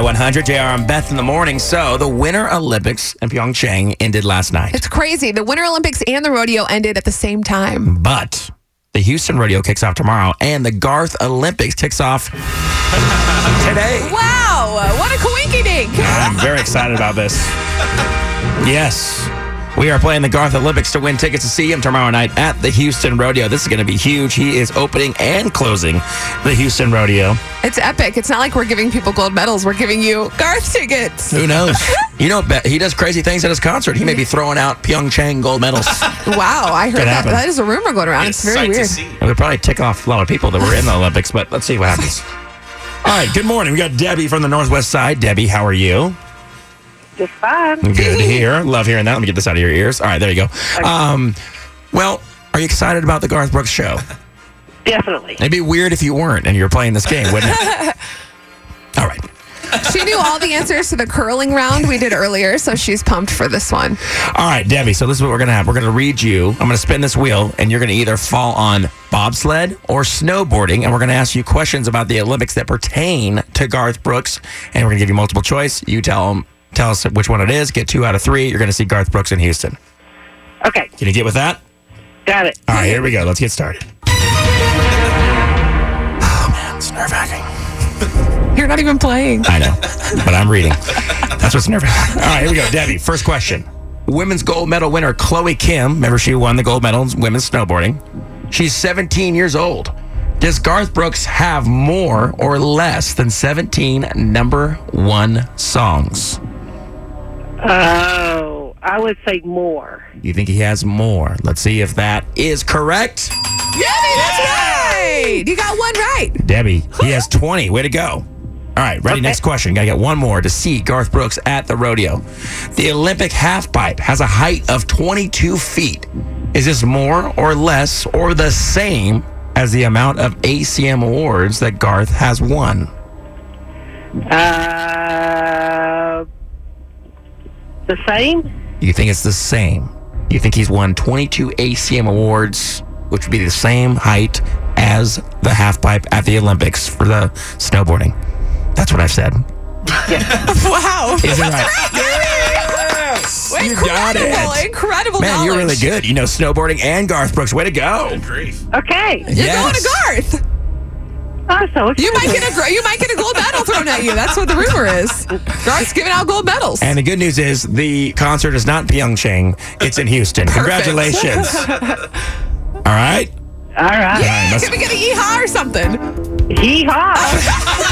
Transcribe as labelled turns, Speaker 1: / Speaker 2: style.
Speaker 1: Y100, JR and Beth in the morning. So, the Winter Olympics in Pyeongchang ended last night.
Speaker 2: It's crazy. The Winter Olympics and the rodeo ended at the same time.
Speaker 1: But the Houston Rodeo kicks off tomorrow, and the Garth Olympics kicks off today.
Speaker 2: Wow. What a coinky dink.
Speaker 1: I'm very excited about this. Yes. We are playing the Garth Olympics to win tickets to see him tomorrow night at the Houston Rodeo. This is going to be huge. He is opening and closing the Houston Rodeo.
Speaker 2: It's epic. It's not like we're giving people gold medals. We're giving you Garth tickets.
Speaker 1: Who knows? you know, Beth, he does crazy things at his concert. He may be throwing out Pyeongchang gold medals.
Speaker 2: Wow. I heard
Speaker 1: Could
Speaker 2: that.
Speaker 1: happen.
Speaker 2: That is a rumor going around. It's very
Speaker 3: sight
Speaker 2: weird.
Speaker 3: to see.
Speaker 1: It would probably tick off a lot of people that were in the Olympics, but let's see what happens. All right, good morning. We got Debbie from the Northwest Side. Debbie, how are you?
Speaker 4: Just fine.
Speaker 1: Good to hear. Love hearing that. Let me get this out of your ears. All right, there you go. Um, well, are you excited about the Garth Brooks show?
Speaker 4: Definitely.
Speaker 1: It'd be weird if you weren't and you were playing this game, wouldn't it? All right.
Speaker 2: She knew all the answers to the curling round we did earlier, so she's pumped for this one.
Speaker 1: All right, Debbie. So this is what we're gonna have. We're gonna read you. I'm gonna spin this wheel, and you're gonna either fall on bobsled or snowboarding, and we're gonna ask you questions about the Olympics that pertain to Garth Brooks, and we're gonna give you multiple choice. You tell 'em- tell us which one it is. Get two out of three. You're gonna see Garth Brooks in Houston.
Speaker 4: Okay,
Speaker 1: Can you get with that?
Speaker 4: got it.
Speaker 1: All right, here we go. Let's get started. Oh man, it's nerve wracking.
Speaker 2: You're not even playing.
Speaker 1: I know, but I'm reading. That's what's nervous. All right, here we go. Debbie, first question. Women's gold medal winner Chloe Kim, remember she won the gold medal in women's snowboarding. She's 17 years old. Does Garth Brooks have more or less than 17 number one songs?
Speaker 4: Oh, I would say more.
Speaker 1: You think he has more? Let's see if that is correct.
Speaker 2: Debbie, that's right. You got one right.
Speaker 1: Debbie, he has 20. Way to go. All right, ready?
Speaker 4: Okay.
Speaker 1: Next question. Gotta get one more to see Garth Brooks at the rodeo. The Olympic halfpipe has a height of 22 feet. Is this more or less or the same as the amount of ACM awards that Garth has won?
Speaker 4: Uh, the same?
Speaker 1: You think it's the same? You think he's won 22 ACM awards, which would be the same height as the halfpipe at the Olympics for the snowboarding? That's what I've said.
Speaker 2: Wow.
Speaker 1: Is it right? You
Speaker 2: incredible.
Speaker 1: got it.
Speaker 2: Incredible
Speaker 1: Man,
Speaker 2: knowledge.
Speaker 1: you're really good. You know snowboarding and Garth Brooks. Way to go.
Speaker 3: Grief.
Speaker 4: Okay.
Speaker 2: You're
Speaker 1: Yes.
Speaker 2: going to Garth.
Speaker 4: I'm so excited.
Speaker 2: You might get a gr- you might get a gold medal thrown at you. That's what the rumor is. Garth's giving out gold medals.
Speaker 1: And the good news is the concert is not in Pyeongchang. It's in Houston. Congratulations. All right.
Speaker 4: All right.
Speaker 2: Hey,
Speaker 1: Must-
Speaker 2: Can we get a yeehaw or something?
Speaker 4: Yeehaw.